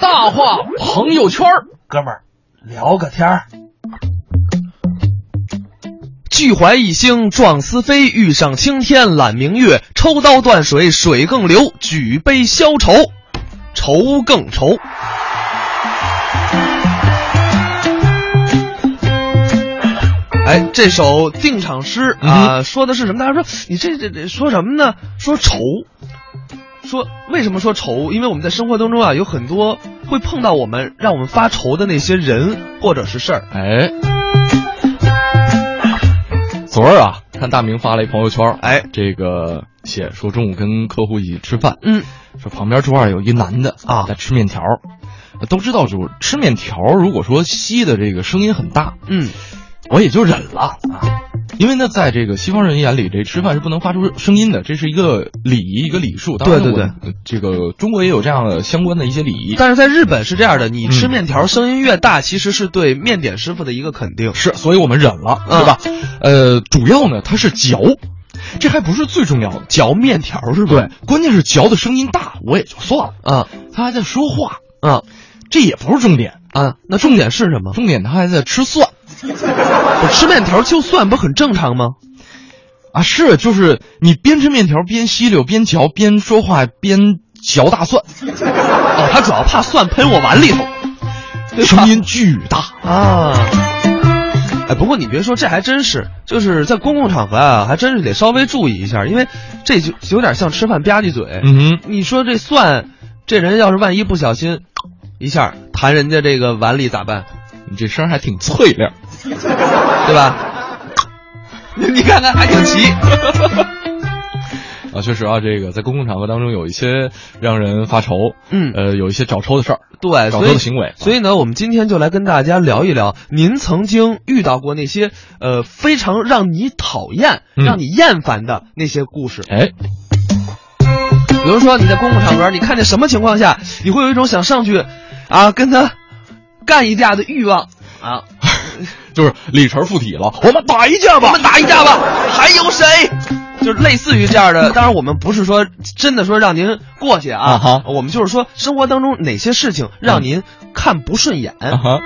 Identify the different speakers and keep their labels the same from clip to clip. Speaker 1: 大话朋友圈儿
Speaker 2: 哥们儿，聊个天儿。
Speaker 1: 俱怀逸兴壮思飞，欲上青天揽明月。抽刀断水水更流，举杯消愁，愁更愁。哎，这首定场诗啊、说的是什么？大家说你这这这说什么呢？说愁，说为什么说愁？因为我们在生活当中啊，有很多会碰到我们让我们发愁的那些人或者是事儿。
Speaker 3: 哎，昨儿啊，看大明发了一朋友圈儿，
Speaker 1: 哎，
Speaker 3: 这个写说中午跟客户一起吃饭，
Speaker 1: 嗯，
Speaker 3: 说旁边桌上有一男的
Speaker 1: 啊
Speaker 3: 在吃面条儿，都知道就是吃面条儿，如果说吸的这个声音很大，
Speaker 1: 嗯，
Speaker 3: 我也就忍了啊。因为呢，在这个西方人眼里，这吃饭是不能发出声音的，这是一个礼仪，一个礼数。当然
Speaker 1: 对对
Speaker 3: 我们，这个中国也有这样的相关的一些礼仪。
Speaker 1: 但是在日本是这样的，你吃
Speaker 3: 嗯
Speaker 1: 面条声音越大，其实是对面点师傅的一个肯定。
Speaker 3: 是，所以我们忍了，对吧？呃，主要呢，它是嚼，这还不是最重要的。
Speaker 1: 嚼面条是吧？
Speaker 3: 对，关键是嚼的声音大，我也就算了。
Speaker 1: 啊
Speaker 3: 他还在说话，
Speaker 1: 啊
Speaker 3: 这也不是重点，
Speaker 1: 啊！那重点是什么？
Speaker 3: 重点他还在吃蒜
Speaker 1: 我吃面条就算，不很正常吗？
Speaker 3: 啊！是，就是你边吃面条边吸溜边嚼边说话边嚼大蒜，
Speaker 1: 哦，他主要怕蒜喷我碗里头
Speaker 3: 声音巨大。
Speaker 1: 啊。哎，不过你别说，这还真是，就是在公共场合啊，还真是得稍微注意一下，因为这就有点像吃饭吧唧嘴。
Speaker 3: 嗯哼，
Speaker 1: 你说这蒜，这人要是万一不小心一下弹人家这个碗里咋办？
Speaker 3: 你这声儿还挺脆亮。
Speaker 1: 对吧？ 你看看还挺齐。
Speaker 3: 啊，确实啊，这个在公共场合当中有一些让人发愁，
Speaker 1: 嗯
Speaker 3: 呃，有一些找抽的事儿，
Speaker 1: 对，
Speaker 3: 找
Speaker 1: 所
Speaker 3: 抽
Speaker 1: 以
Speaker 3: 的行为，
Speaker 1: 所以呢，我们今天就来跟大家聊一聊，您曾经遇到过那些呃非常让你讨厌、
Speaker 3: 嗯
Speaker 1: 让你厌烦的那些故事。
Speaker 3: 哎，
Speaker 1: 比如说你在公共场合，你看见什么情况下，你会有一种想上去啊跟他干一架的欲望啊？
Speaker 3: 就是李晨附体了，我们打一架吧
Speaker 1: 我。们打一架吧，还有谁？就是类似于这样的，当然我们不是说真的说让您过去啊，
Speaker 3: 啊哈
Speaker 1: 我们就是说生活当中哪些事情让您看不顺眼，
Speaker 3: 啊哈，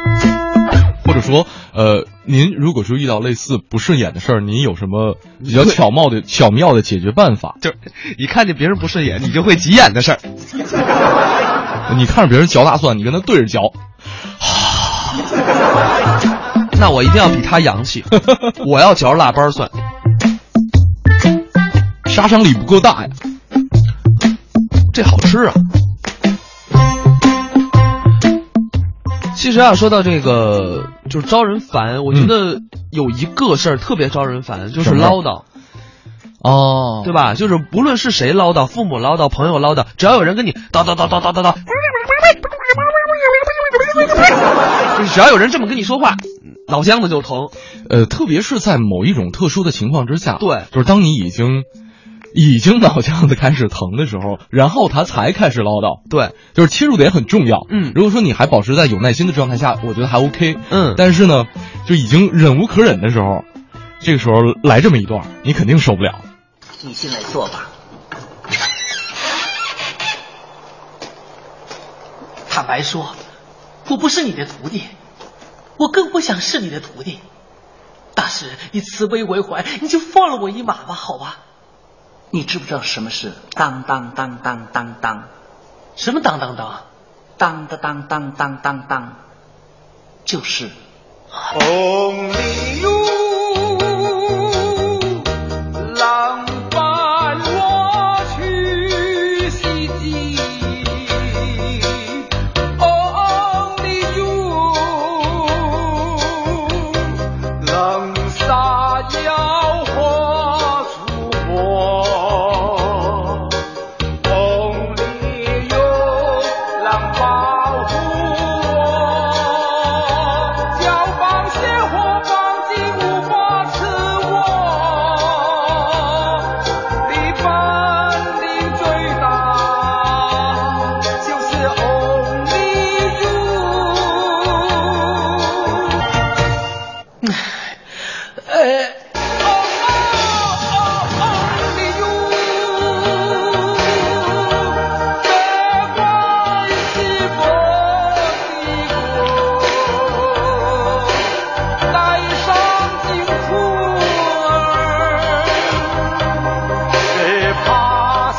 Speaker 3: 或者说，呃，您如果说遇到类似不顺眼的事儿，您有什么比较巧妙的、巧妙的解决办法？
Speaker 1: 就是你看见别人不顺眼，你就会急眼的事儿。
Speaker 3: 你看着别人嚼大蒜，你跟他对着嚼，
Speaker 1: 那我一定要比他洋 气，我要嚼腊八蒜。
Speaker 3: 杀伤力不够大呀。
Speaker 1: 这好吃啊！其实啊，说到这个，就是招人烦，我觉得有一个事儿特别招人烦，就是
Speaker 3: 什么事儿
Speaker 1: 唠叨，
Speaker 3: 哦
Speaker 1: 对吧？就是不论是谁唠叨，父母唠叨，朋友唠叨，只要有人跟你叨叨叨叨叨叨叨，就是只要有人这么跟你说话，脑浆子就疼。
Speaker 3: 呃，特别是在某一种特殊的情况之下，
Speaker 1: 对
Speaker 3: 就是当你已经已经脑浆子开始疼的时候，然后他才开始唠叨，
Speaker 1: 对，
Speaker 3: 就是切入点很重要。
Speaker 1: 嗯
Speaker 3: 如果说你还保持在有耐心的状态下，我觉得还 OK。
Speaker 1: 嗯
Speaker 3: 但是呢，就已经忍无可忍的时候，这个时候来这么一段，你肯定受不了。
Speaker 4: 你进来坐吧。坦白说，我不是你的徒弟，我更不想是你的徒弟。大师，你慈悲为怀，你就放了我一马吧，好吧？你知不知道什么是当当当当当当？什么当当当啊？当当当当当当当，就是。
Speaker 1: 嗯
Speaker 5: 红鲤路，浪伴我去西京。红鲤路，浪沙要何处播？红鲤鱼浪保护我，叫螃蟹和宝金
Speaker 4: 啊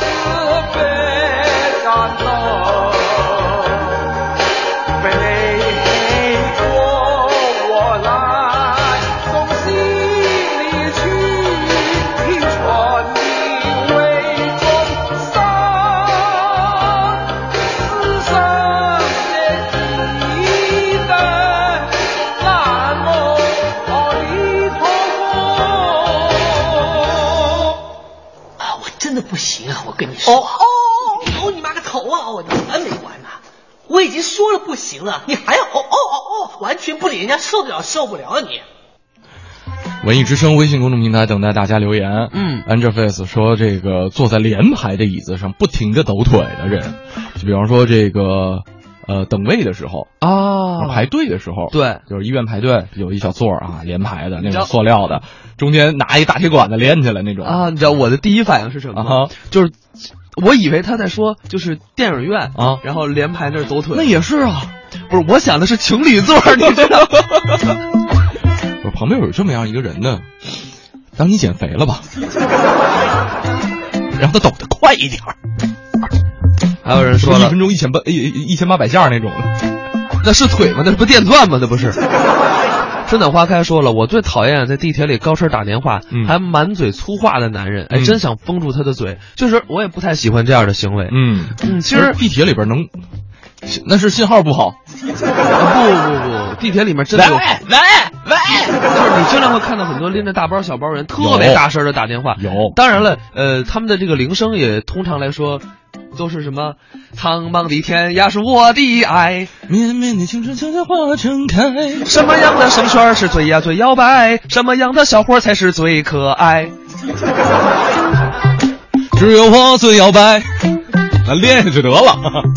Speaker 4: 跟你说。哦哦哦哦！你妈个头啊！哦，你完没完呐、我已经说了不行了，你还要哦哦哦哦，完全不理人家受得了受不了啊你！
Speaker 3: 文艺之声微信公众平台等待大家留言。
Speaker 1: 嗯
Speaker 3: ，Angelface 说，这个坐在连排的椅子上不停的抖腿的人，就比方说这个，呃，等位的时候，
Speaker 1: 啊
Speaker 3: 排队的时候，
Speaker 1: 对
Speaker 3: 就是医院排队有一小座儿啊，连排的那
Speaker 1: 知道
Speaker 3: 种塑料的，中间拿一大铁管子连起来那种
Speaker 1: 啊，你知道我的第一反应是什么吗？
Speaker 3: 啊哈
Speaker 1: 就是我以为他在说就是电影院
Speaker 3: 啊
Speaker 1: 然后连排那儿抖腿。
Speaker 3: 那也是啊，
Speaker 1: 不是，我想的是情侣座，你知道 吗？
Speaker 3: 我旁边有这么样一个人呢，当你减肥了吧， 让他抖得快一点儿，
Speaker 1: 还有人说
Speaker 3: 一
Speaker 1: 了
Speaker 3: 分，钟一千八一一千八百下那种。
Speaker 1: 那是腿吗？那不电钻吗？那不 是。春暖花开说了，我最讨厌在地铁里高声打电话，
Speaker 3: 嗯
Speaker 1: 还满嘴粗话的男人，哎，
Speaker 3: 嗯
Speaker 1: 真想封住他的嘴。确实，我也不太喜欢这样的行为。
Speaker 3: 嗯，
Speaker 1: 嗯，其实
Speaker 3: 地铁里边能，那是信号不好。哎
Speaker 1: 不不不，地铁里面真的有，
Speaker 4: 喂喂，
Speaker 1: 就是你经常会看到很多拎着大包小包人特别
Speaker 3: 有
Speaker 1: 大声的打电话。
Speaker 3: 有
Speaker 1: 当然了，呃，他们的这个铃声也通常来说。都是什么？苍茫的天涯是我的爱，
Speaker 3: 绵绵的青春悄悄化成开。
Speaker 1: 哎什么样的绳圈是最呀最摇摆？什么样的小伙才是最可爱？
Speaker 3: 只有我最摇摆。咱练下去得了。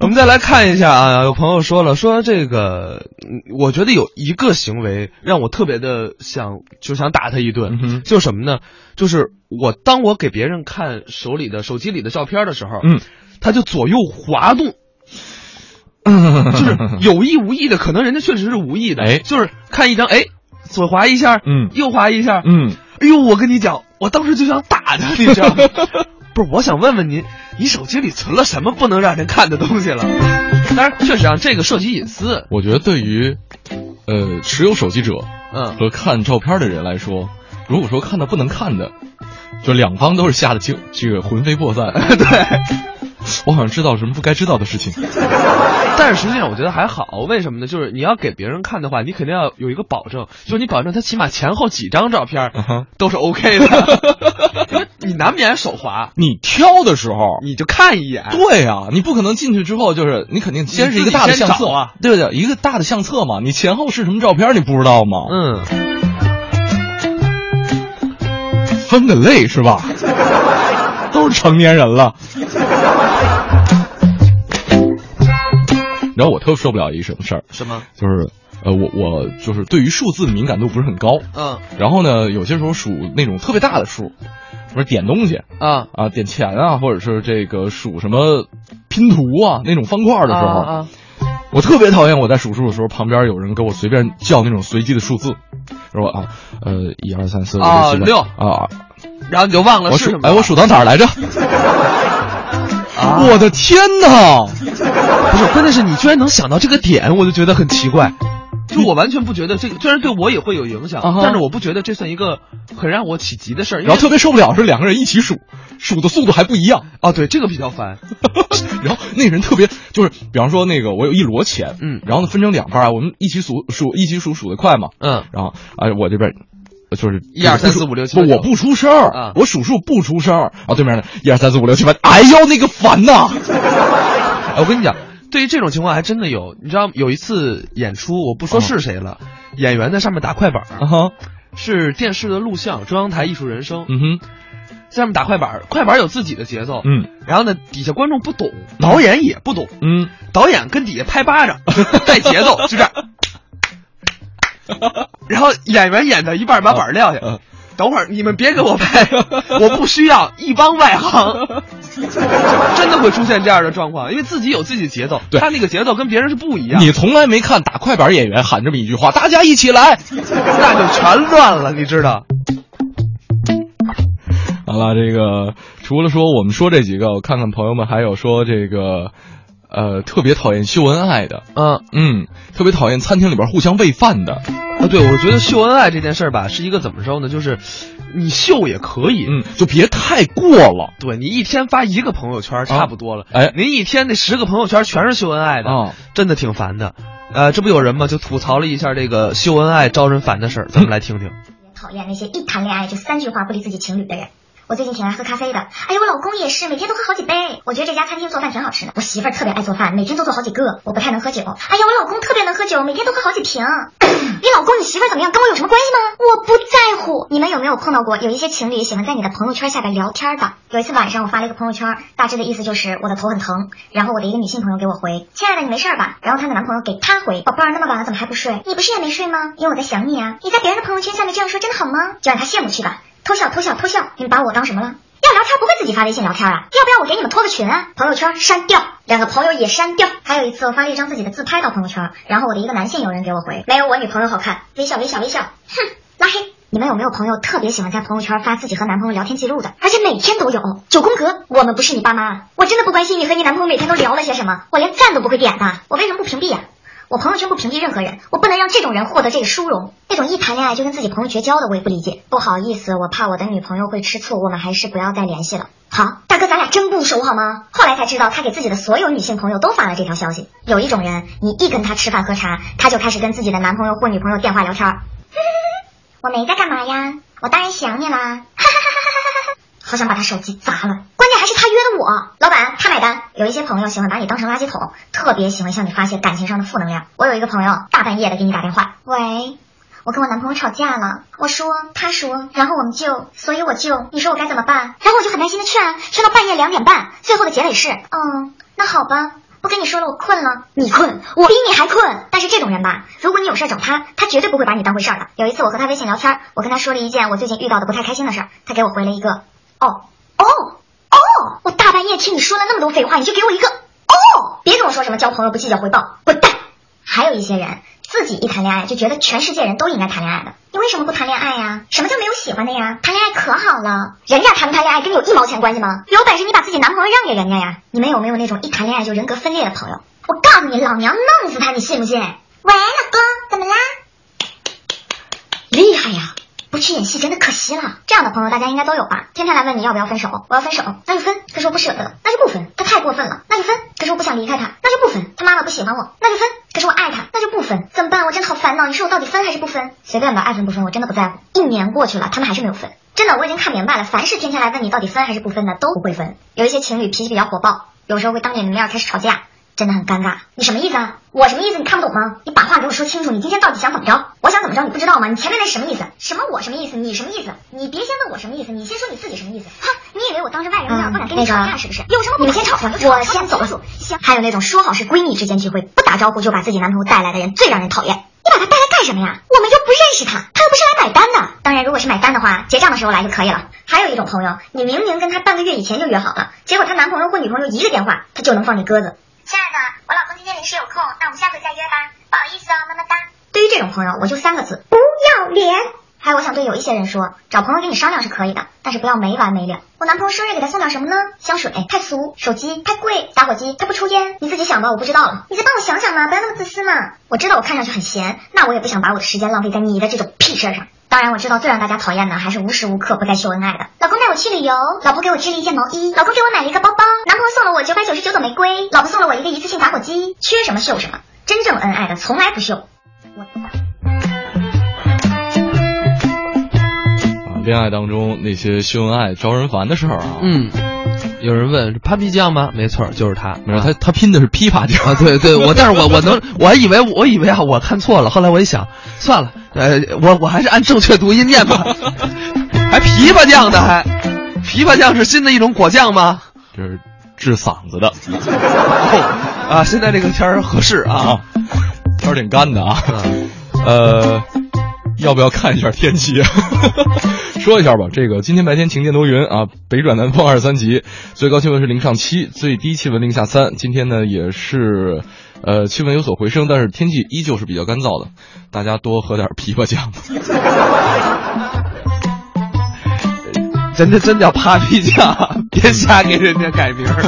Speaker 1: 我们再来看一下啊，有朋友说了，说这个，嗯我觉得有一个行为让我特别的想，就想打他一顿，
Speaker 3: 嗯哼
Speaker 1: 就是什么呢？就是我当我给别人看手里的手机里的照片的时 候，
Speaker 3: 嗯，
Speaker 1: 他就左右滑 动，就是有意无意的，可能人家确实是无意的，
Speaker 3: 哎
Speaker 1: 就是看一张，哎，左滑一下，
Speaker 3: 嗯
Speaker 1: 右滑一下，
Speaker 3: 嗯，
Speaker 1: 哎呦，我跟你讲，我当时就想打 他，你知道吗？不是，我想问问您，你手机里存了什么不能让人看的东西了？当然，确实啊，这个涉及隐私。
Speaker 3: 我觉得对于，呃，持有手机者
Speaker 1: 嗯，
Speaker 3: 和看照片的人来说，如果说看到不能看的，就两方都是吓得精这个魂飞 魄散。 对，我好像知道什么不该知道的事情。
Speaker 1: 但是实际上我觉得还好，为什么呢？就是你要给别人看的话，你肯定要有一个保证，就是你保证他起码前后几张照片
Speaker 3: 嗯哼
Speaker 1: 都是 OK 的， 因为你难免手滑，
Speaker 3: 你挑的时候，
Speaker 1: 你就看一眼。
Speaker 3: 对啊，你不可能进去之后就是你肯定先是一个大的相
Speaker 1: 你自己先
Speaker 3: 册
Speaker 1: 找啊，
Speaker 3: 对对，一个大的相册嘛，你前后是什么照片你不知道吗？
Speaker 1: 嗯，
Speaker 3: 分个类是 吧？都是成年人了。你知道我特受不了一什么事儿，
Speaker 1: 什么？
Speaker 3: 就是呃，我我就是对于数字的敏感度不是很高，
Speaker 1: 嗯
Speaker 3: 然后呢，有些时候数那种特别大的数，不是点东西
Speaker 1: 啊，
Speaker 3: 啊，点钱啊，或者是这个数什么拼图啊那种方块的时候，
Speaker 1: 啊啊
Speaker 3: 我特别讨厌我在数数的时候，旁边有人给我随便叫那种随机的数字，说啊，呃，一二三四五
Speaker 1: 啊
Speaker 3: 六七八
Speaker 1: 六
Speaker 3: 啊，
Speaker 1: 然后你就忘了
Speaker 3: 我
Speaker 1: 是什
Speaker 3: 数
Speaker 1: 么
Speaker 3: 哎，
Speaker 1: 了
Speaker 3: 我数到哪儿来着？
Speaker 1: 啊
Speaker 3: 我的天哪！
Speaker 1: 不是，关键是你居然能想到这个点，我就觉得很奇怪。 就我完全不觉得这个，虽然对我也会有影响，
Speaker 3: 啊哈
Speaker 1: 但是我不觉得这算一个很让我起急的事儿。因为
Speaker 3: 然后特别受不了是两个人一起数，数的速度还不一样。
Speaker 1: 哦，对，这个比较烦。
Speaker 3: 然后那人特别就是，比方说那个我有一摞钱，
Speaker 1: 嗯
Speaker 3: 然后呢分成两半儿，我们一起数数，一起数数的快嘛。
Speaker 1: 嗯，
Speaker 3: 然后啊、我这边呃就是
Speaker 1: 一二三四
Speaker 3: 不数
Speaker 1: 五六七
Speaker 3: 不
Speaker 1: 八九
Speaker 3: 我不出声儿
Speaker 1: 啊
Speaker 3: 我数数不出声儿啊，对面的一二三四五六七八，哎呦那个烦呐！
Speaker 1: 哎，我跟你讲，对于这种情况还真的有。你知道有一次演出，我不说是谁了，演员在上面打快板儿，
Speaker 3: 啊哈，
Speaker 1: 是电视的录像，中央台艺术人生，
Speaker 3: 嗯哼，
Speaker 1: 在上面打快板儿，快板儿有自己的节奏，
Speaker 3: 嗯
Speaker 1: 然后呢，底下观众不懂，导演也不懂，
Speaker 3: 嗯，
Speaker 1: 导演跟底下拍巴掌，带节奏，就这 样。然后演员演到一半把板儿撂下
Speaker 3: 嗯嗯，
Speaker 1: 等会儿你们别给我拍，我不需要一帮外 行。真的会出现这样的状况，因为自己有自己的节奏，
Speaker 3: 对
Speaker 1: 他那个节奏跟别人是不一样，
Speaker 3: 你从来没看打快板演员喊这么一句话，大家一起来。
Speaker 1: 那就全乱了，你知道？
Speaker 3: 好了，这个除了说我们说这几个，我看看朋友们还有说这个，呃，特别讨厌秀恩爱的，
Speaker 1: 嗯，
Speaker 3: 嗯，特别讨厌餐厅里边互相喂饭的，
Speaker 1: 啊，对，我觉得秀恩爱这件事儿吧，是一个怎么说呢？就是你秀也可以，
Speaker 3: 嗯，就别太过了。
Speaker 1: 对你一天发一个朋友圈差不多了，
Speaker 3: 哎
Speaker 1: 您一天那十个朋友圈全是秀恩爱的，
Speaker 3: 啊
Speaker 1: 真的挺烦的。呃，这不有人吗？就吐槽了一下这个秀恩爱招人烦的事儿，咱们来听听。
Speaker 6: 讨厌那些一谈恋爱就三句话不离自己情侣的人。我最近挺爱喝咖啡的。哎呀，我老公也是，每天都喝好几杯。我觉得这家餐厅做饭挺好吃的。我媳妇儿特别爱做饭，每天都做好几个。我不太能喝酒。哎呀，我老公特别能喝酒，每天都喝好几瓶。 你老公、你媳妇儿怎么样，跟我有什么关系吗？我不在乎。你们有没有碰到过有一些情侣喜欢在你的朋友圈下边聊天的？有一次晚上，我发了一个朋友圈，大致的意思就是我的头很疼。然后我的一个女性朋友给我回：“亲爱的，你没事儿吧？”然后她的男朋友给她回：“宝贝儿，那么晚了怎么还不睡？你不是也没睡吗？因为我在想你啊。你在别人的朋友圈下面这样说，真的好吗？就让他羡慕去吧。”偷笑偷笑偷笑，你们把我当什么了？要聊天不会自己发微信聊天啊？要不要我给你们脱个群啊？朋友圈删掉，两个朋友也删掉。还有一次，我发了一张自己的自拍到朋友圈，然后我的一个男性友人给我回，没有我女朋友好看，微笑微笑微笑，哼，拉黑。你们有没有朋友特别喜欢在朋友圈发自己和男朋友聊天记录的？而且每天都有。九宫格，我们不是你爸妈啊！我真的不关心你和你男朋友每天都聊了些什么，我连赞都不会点的，我为什么不屏蔽啊呀、我朋友圈不屏蔽任何人，我不能让这种人获得这个殊荣。那种一谈恋爱就跟自己朋友绝交的，我也不理解。不好意思，我怕我的女朋友会吃醋，我们还是不要再联系了。好，大哥，咱俩真不熟好吗？后来才知道，他给自己的所有女性朋友都发了这条消息。有一种人，你一跟他吃饭喝茶，他就开始跟自己的男朋友或女朋友电话聊天儿。 我没在干嘛呀，我当然想你啦，哈哈哈哈哈哈！好想把他手机砸了。关键还是他约的我，老板他买单。有一些朋友喜欢把你当成垃圾桶，特别喜欢向你发泄感情上的负能量。我有一个朋友大半夜的给你打电话，喂，我跟我男朋友吵架了，我说，他说，然后我们就，所以我就，你说我该怎么办？然后我就很耐心的劝，劝到半夜两点半，最后的结尾是，嗯，那好吧，不跟你说了，我困了。你困，我比你还困。但是这种人吧，如果你有事儿找他，他绝对不会把你当回事儿的。有一次我和他微信聊天，我跟他说了一件我最近遇到的不太开心的事儿，他给我回了一个，哦，哦，哦，我大半夜听你说了那么多废话，你就给我一个哦，别跟我说什么交朋友不计较回报，滚蛋。还有一些人自己一谈恋爱就觉得全世界人都应该谈恋爱的，你为什么不谈恋爱呀？什么叫没有喜欢的呀？谈恋爱可好了，人家谈不谈恋爱跟你有一毛钱关系吗？有本事你把自己男朋友让给人家呀！你们有没有那种一谈恋爱就人格分裂的朋友？我告诉你，老娘弄死他，你信不信？喂，老公，怎么啦？厉害呀！不去演戏真的可惜了。这样的朋友大家应该都有吧？天天来问你要不要分手，我要分手，那就分。他说不舍得，那就不分。他太过分了，那就分。可是我不想离开他，那就不分。他妈妈不喜欢我，那就分。可是我爱他，那就不分。怎么办？我真的好烦恼。你说我到底分还是不分？随便吧，爱分不分我真的不在乎。一年过去了，他们还是没有分。真的，我已经看明白了，凡是天天来问你到底分还是不分的，都不会分。有一些情侣脾气比较火爆，有时候会当着你面开始吵架。真的很尴尬。你什么意思啊？我什么意思？你看不懂吗？你把话给我说清楚，你今天到底想怎么着？我想怎么着，你不知道吗？你前面那什么意思？什么我什么意思？你什么意思？你别先问我什么意思，你先说你自己什么意思？哼，你以为我当着外人面不敢跟你吵架是不是？有什么你们先吵，嗯我先走了。行。还有那种说好是闺蜜之间聚会，不打招呼就把自己男朋友带来的人最让人讨厌。你把他带来干什么呀？我们又不认识他，他又不是来买单的。当然，如果是买单的话，结账的时候来就可以了。还有一种朋友，你明明跟他半个月以前就约好了，结果她男朋友或女朋友一个电话，他就能放你鸽子。亲爱的，我老公今天临时有空，那我们下回再约吧。不好意思啊，么么哒。对于这种朋友，我就三个字：不要脸。还有，我想对有一些人说，找朋友跟你商量是可以的，但是不要没完没了。我男朋友生日给他送点什么呢？香水太俗，手机太贵，打火机他不抽烟，你自己想吧，我不知道了。你再帮我想想嘛，不要那么自私嘛。我知道我看上去很闲，那我也不想把我的时间浪费在你的这种屁事儿上。当然，我知道最让大家讨厌的还是无时无刻不在秀恩爱的。老公带我去旅游，老婆给我织了一件毛衣，老公给我买了一个包包，男朋友送了我九百九十九朵玫瑰，老婆送了我一个一次性打火机。缺什么秀什么，真正恩爱的从来不秀。我的妈！
Speaker 3: 啊，恋爱当中那些秀恩爱、招人烦的事儿啊，，
Speaker 1: 嗯，有人问是潘皮酱吗？没错，就是他。
Speaker 3: 没有他他拼的是琵琶调
Speaker 1: 啊，对对，我但是我我能，我还以为我以为啊，我看错了。后来我一想，算了，呃，我我还是按正确读音念 吧。还琵琶酱呢，还琵琶酱是新的一种果酱吗？
Speaker 3: 这是治嗓子的
Speaker 1: 啊，现在这个天儿合适啊
Speaker 3: 啊。， 天儿挺干的啊。
Speaker 1: 嗯
Speaker 3: 呃，要不要看一下天气？ 说一下吧，这个今天白天晴间多云啊，北转南风二十三级，最高气温是零上七，最低气温零下三。今天呢也是，呃，气温有所回升，但是天气依旧是比较干燥的，大家多喝点枇杷酱。
Speaker 1: 人家真叫帕皮酱， 别瞎给人家改名 儿。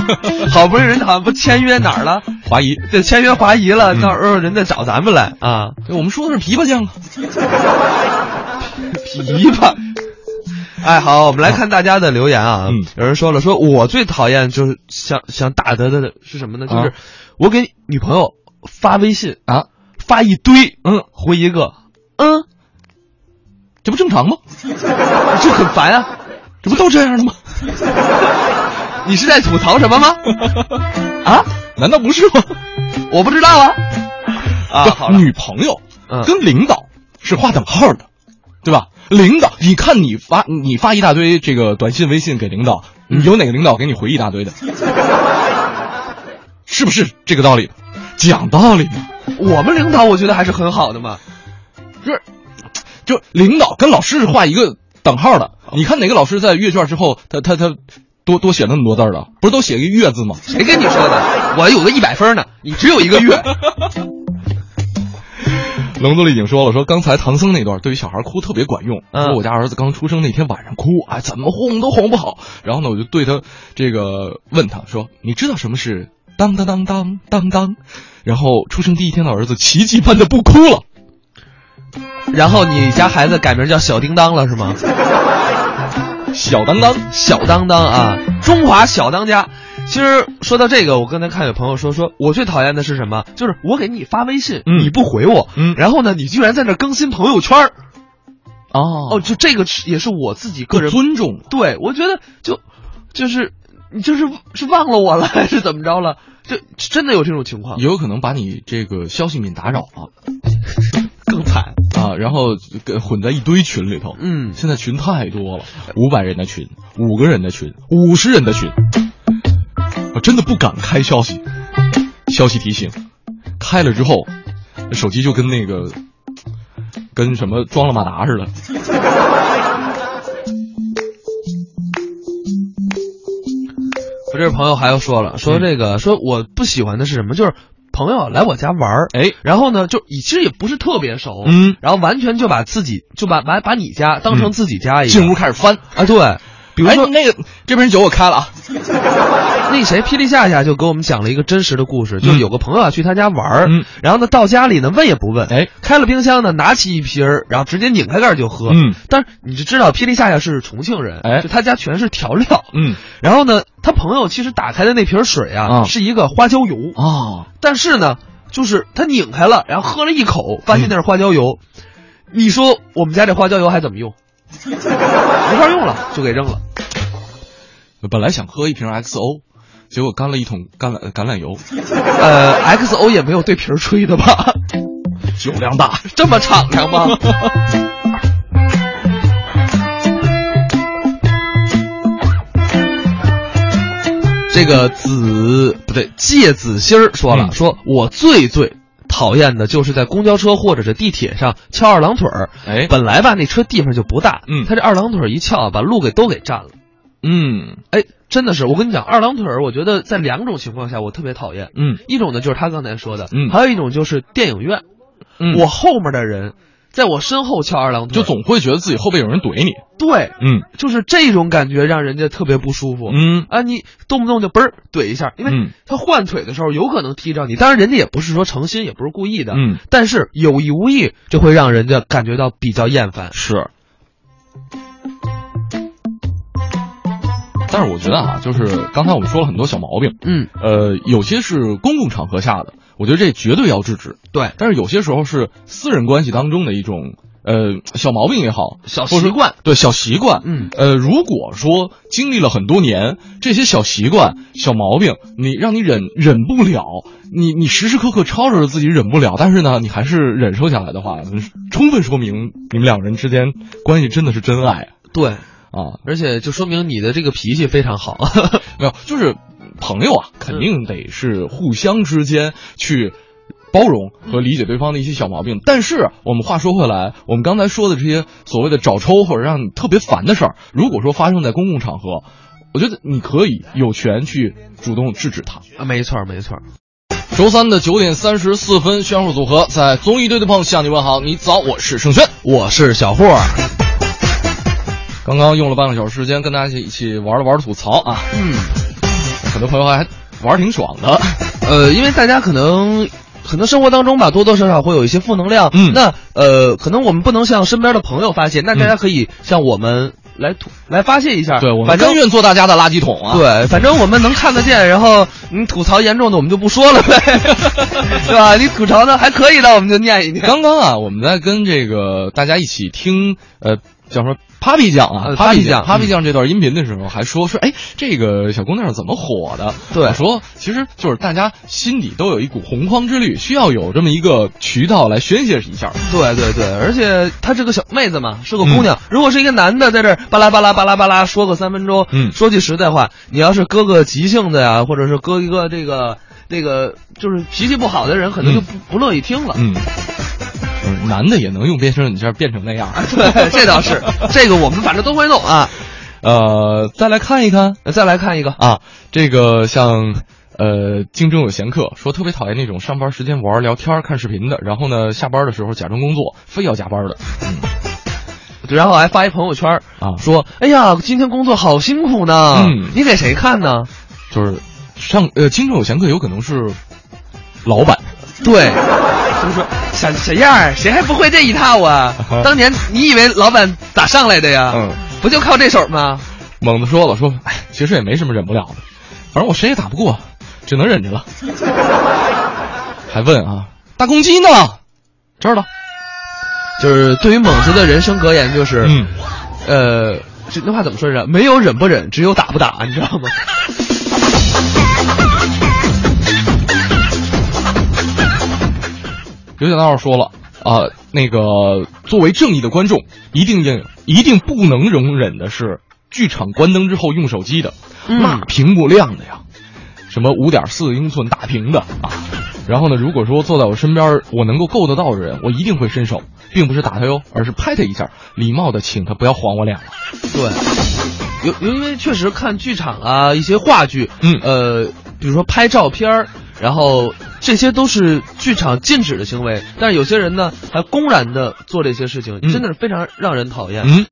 Speaker 1: 好不容易人家好像不签约哪儿了，
Speaker 3: 华谊，嗯
Speaker 1: 这签约华谊了，到时候人家找咱们来啊。
Speaker 3: 对我们说的是枇杷酱啊。
Speaker 1: 琵琶。哎，好，我们来看大家的留言啊。
Speaker 3: 嗯
Speaker 1: 有人说了，说我最讨厌就是想想打得的是什么呢？就是
Speaker 3: 啊
Speaker 1: 我给女朋友发微信
Speaker 3: 啊，
Speaker 1: 发一堆，
Speaker 3: 嗯，
Speaker 1: 回一个，嗯，
Speaker 3: 这不正常吗？
Speaker 1: 就很烦啊。
Speaker 3: 这不都这样的吗？
Speaker 1: 你是在吐槽什么 吗？
Speaker 3: 啊，难道不是吗？
Speaker 1: 我不知道啊。啊，
Speaker 3: 对
Speaker 1: 好了，
Speaker 3: 女朋友
Speaker 1: 嗯
Speaker 3: 跟领导是划等号的，对吧？领导，你看你发你发一大堆这个短信、微信给领导，
Speaker 1: 嗯
Speaker 3: 有哪个领导给你回一大堆的？ 是不是这个道理？讲道理嘛，
Speaker 1: 我们领导我觉得还是很好的嘛。
Speaker 3: 就是就领导跟老师是画一个等号的。
Speaker 1: 哦
Speaker 3: 你看哪个老师在阅卷之后，他他他多多写那么多字儿了？不是都写一个月字吗？
Speaker 1: 谁跟你说的？我有个一百分呢，你只有一个月。
Speaker 3: 龙子丽已经说了，说刚才唐僧那段对于小孩哭特别管用。
Speaker 1: 嗯
Speaker 3: 说我家儿子刚出生那天晚上哭，哎，怎么哄都哄不好。然后呢，我就对他这个问他说：“你知道什么是当当当当当当？”然后出生第一天的儿子奇迹般的不哭了。
Speaker 1: 然后你家孩子改名叫小叮当了是吗？
Speaker 3: 小当当，
Speaker 1: 小当当啊，中华小当家。其实说到这个，我刚才看有朋友说，说我最讨厌的是什么？就是我给你发微信，
Speaker 3: 嗯
Speaker 1: 你不回我，
Speaker 3: 嗯
Speaker 1: 然后呢，你居然在那更新朋友圈儿
Speaker 3: 哦
Speaker 1: 哦，就这个是也是我自己个
Speaker 3: 不
Speaker 1: 人，
Speaker 3: 尊重
Speaker 1: 对我觉得就就是你就是是忘了我了还是怎么着了？就真的有这种情况
Speaker 3: 也，有可能把你这个消息敏打扰了
Speaker 1: 更惨。
Speaker 3: 啊，然后跟混在一堆群里头。
Speaker 1: 嗯，
Speaker 3: 现在群太多了，五百人的群，五个人的群，五十人的群，我真的不敢开消息。消息提醒，开了之后，手机就跟那个跟什么装了马达似的。
Speaker 1: 我这位朋友还又说了，
Speaker 3: 嗯
Speaker 1: 说这个、说我不喜欢的是什么？就是朋友来我家玩儿，
Speaker 3: 哎，
Speaker 1: 然后呢，就以其实也不是特别熟，
Speaker 3: 嗯，
Speaker 1: 然后完全就把自己就把把把你家当成自己家一样，
Speaker 3: 进屋开始翻，
Speaker 1: 啊，对，比如
Speaker 3: 哎
Speaker 1: 说、，
Speaker 3: 那个这瓶酒我开了啊，
Speaker 1: 那谁霹雳夏夏就给我们讲了一个真实的故事，就
Speaker 3: 嗯
Speaker 1: 有个朋友啊去他家玩儿，
Speaker 3: 嗯
Speaker 1: 然后呢到家里呢问也不问，
Speaker 3: 哎，
Speaker 1: 开了冰箱呢拿起一瓶儿，然后直接拧开盖儿就喝，
Speaker 3: 嗯，
Speaker 1: 但是你就知道霹雳夏夏是重庆人，
Speaker 3: 哎
Speaker 1: 就他家全是调料，
Speaker 3: 嗯
Speaker 1: 然后呢他朋友其实打开的那瓶水啊、
Speaker 3: 啊
Speaker 1: 是一个花椒油，
Speaker 3: 哦，
Speaker 1: 但是呢，就是他拧开了，然后喝了一口，发现那是花椒油。你说我们家这花椒油还怎么用？ 没法用了，就给扔了。
Speaker 3: 本来想喝一瓶 XO，结果干了一桶橄榄橄榄油，
Speaker 1: 呃，XO 也没有对瓶儿吹的吧？
Speaker 3: 酒量大。
Speaker 1: 这么敞亮 吗？这个子不对，芥子心儿说了，
Speaker 3: 嗯
Speaker 1: 说我最最讨厌的就是在公交车或者是地铁上翘二郎腿儿。
Speaker 3: 哎，
Speaker 1: 本来吧，那车地方就不大，
Speaker 3: 嗯
Speaker 1: 他这二郎腿一翘，啊把路给都给占了。
Speaker 3: 嗯
Speaker 1: 哎，真的是，我跟你讲，二郎腿儿，我觉得在两种情况下我特别讨厌，
Speaker 3: 嗯
Speaker 1: 一种呢就是他刚才说的，
Speaker 3: 嗯
Speaker 1: 还有一种就是电影院，
Speaker 3: 嗯，
Speaker 1: 我后面的人在我身后翘二郎腿，
Speaker 3: 就总会觉得自己后背有人怼你。
Speaker 1: 对，
Speaker 3: 嗯
Speaker 1: 就是这种感觉让人家特别不舒服。
Speaker 3: 嗯
Speaker 1: 啊，你动不动就嘣儿怼一下，因为
Speaker 3: 嗯
Speaker 1: 他换腿的时候有可能踢着你，当然人家也不是说诚心，也不是故意的，
Speaker 3: 嗯，
Speaker 1: 但是有意无意就会让人家感觉到比较厌烦。
Speaker 3: 是。但是我觉得啊，就是刚才我们说了很多小毛病，
Speaker 1: 嗯，
Speaker 3: 呃，有些是公共场合下的，我觉得这绝对要制止。
Speaker 1: 对，
Speaker 3: 但是有些时候是私人关系当中的一种呃小毛病也好，
Speaker 1: 小
Speaker 3: 或者
Speaker 1: 习惯，
Speaker 3: 对小习惯。
Speaker 1: 嗯
Speaker 3: 呃，如果说经历了很多年，这些小习惯、小毛病，你让你忍忍不了，你你时时刻刻吵着自己忍不了，但是呢，你还是忍受下来的话，充分说明你们两个人之间关系真的是真爱
Speaker 1: 对，
Speaker 3: 啊！
Speaker 1: 而且就说明你的这个脾气非常 好。
Speaker 3: 没有，就是朋友啊，肯定得是互相之间去。包容和理解对方的一些小毛病，但是我们话说回来，我们刚才说的这些所谓的找抽或者让你特别烦的事儿，如果说发生在公共场合，我觉得你可以有权去主动制止它。
Speaker 1: 啊，没错儿没错儿。
Speaker 3: 周三的九点三十四分，宣誓组合在综艺对对碰向你问好，你早，我是盛轩，
Speaker 1: 我是小霍儿，
Speaker 3: 刚刚用了半个小时时间跟大家一起玩了玩吐槽啊，
Speaker 1: 嗯，
Speaker 3: 很多朋友还玩儿挺爽的，
Speaker 1: 呃，因为大家可能。可能生活当中吧，多多少少会有一些负能量。
Speaker 3: 嗯
Speaker 1: 那呃，可能我们不能向身边的朋友发泄，那大家可以向我们来吐、来发泄一下。
Speaker 3: 对我们
Speaker 1: 反正
Speaker 3: 甘愿做大家的垃圾桶啊，
Speaker 1: 对，反正我们能看得见。然后你吐槽严重的，我们就不说了呗， 对吧？你吐 槽的还可以的，我们就念一念。
Speaker 3: 刚刚啊，我们在跟这个大家一起听呃叫什么 Papi 酱啊
Speaker 1: 呃
Speaker 3: ，Papi
Speaker 1: Papi 酱
Speaker 3: ，Papi 酱这段音频的时候还说说，哎，这个小姑娘怎么火 的？
Speaker 1: 对
Speaker 3: 我说其实就是大家心里都有一股洪荒之力，需要有这么一个渠道来宣泄一下。
Speaker 1: 对对对，而且她这个小妹子嘛，是个
Speaker 3: 嗯
Speaker 1: 姑娘。如果是一个男的在这儿巴拉巴拉巴拉巴拉说个三分钟，
Speaker 3: 嗯
Speaker 1: 说句实在话，你要是搁个急性子呀，或者是搁一个这个这个就是脾气不好的人，可能就不、不乐意听了。
Speaker 3: 嗯，嗯男的也能用变声一下变成 那样。
Speaker 1: 对，这倒 是，这个我们反正都会弄啊。
Speaker 3: 呃，再来看一看
Speaker 1: 再来看一个，
Speaker 3: 啊，这个像呃，京中有闲客说特别讨厌那种上班时间玩儿、聊天儿、看视频的，然后呢，下班的时候假装工作，非要加班的。嗯
Speaker 1: 然后还发一朋友圈儿
Speaker 3: 啊
Speaker 1: 说：“哎呀，今天工作好辛苦呢。
Speaker 3: 嗯
Speaker 1: 你给谁看呢？
Speaker 3: 就是上呃，京城有闲客有可能是老板，？
Speaker 1: 对，就是说小小样儿，谁还不会这一套 啊当年你以为老板咋上来的呀？
Speaker 3: 嗯
Speaker 1: 不就靠这手吗？
Speaker 3: 猛子说了说，哎，其实也没什么忍不了的，反正我谁也打不过，只能忍着了。 还问啊，大公鸡呢？这儿了，
Speaker 1: 就是对于猛子的人生格言就是，
Speaker 3: 嗯，
Speaker 1: 呃，这那话怎么说来着？没有忍不忍，只有打不打，你知道 吗？
Speaker 3: 刘小道说了啊、那个作为正义的观众，一定要一定不能容忍的是剧场关灯之后用手机的，
Speaker 1: 嗯
Speaker 3: 那屏幕亮的呀，什么五点四英寸大屏的啊。然后呢，如果说坐在我身边我能够够得到的人，我一定会伸手，并不是打他哟，而是拍他一下，礼貌的请他不要晃我脸了。
Speaker 1: 对，有有因为确实看剧场啊，一些话剧，
Speaker 3: 嗯
Speaker 1: 呃，比如说拍照片儿，然后这些都是剧场禁止的行为，但是有些人呢还公然的做这些事情，
Speaker 3: 嗯
Speaker 1: 真的是非常让人讨厌。
Speaker 3: 嗯。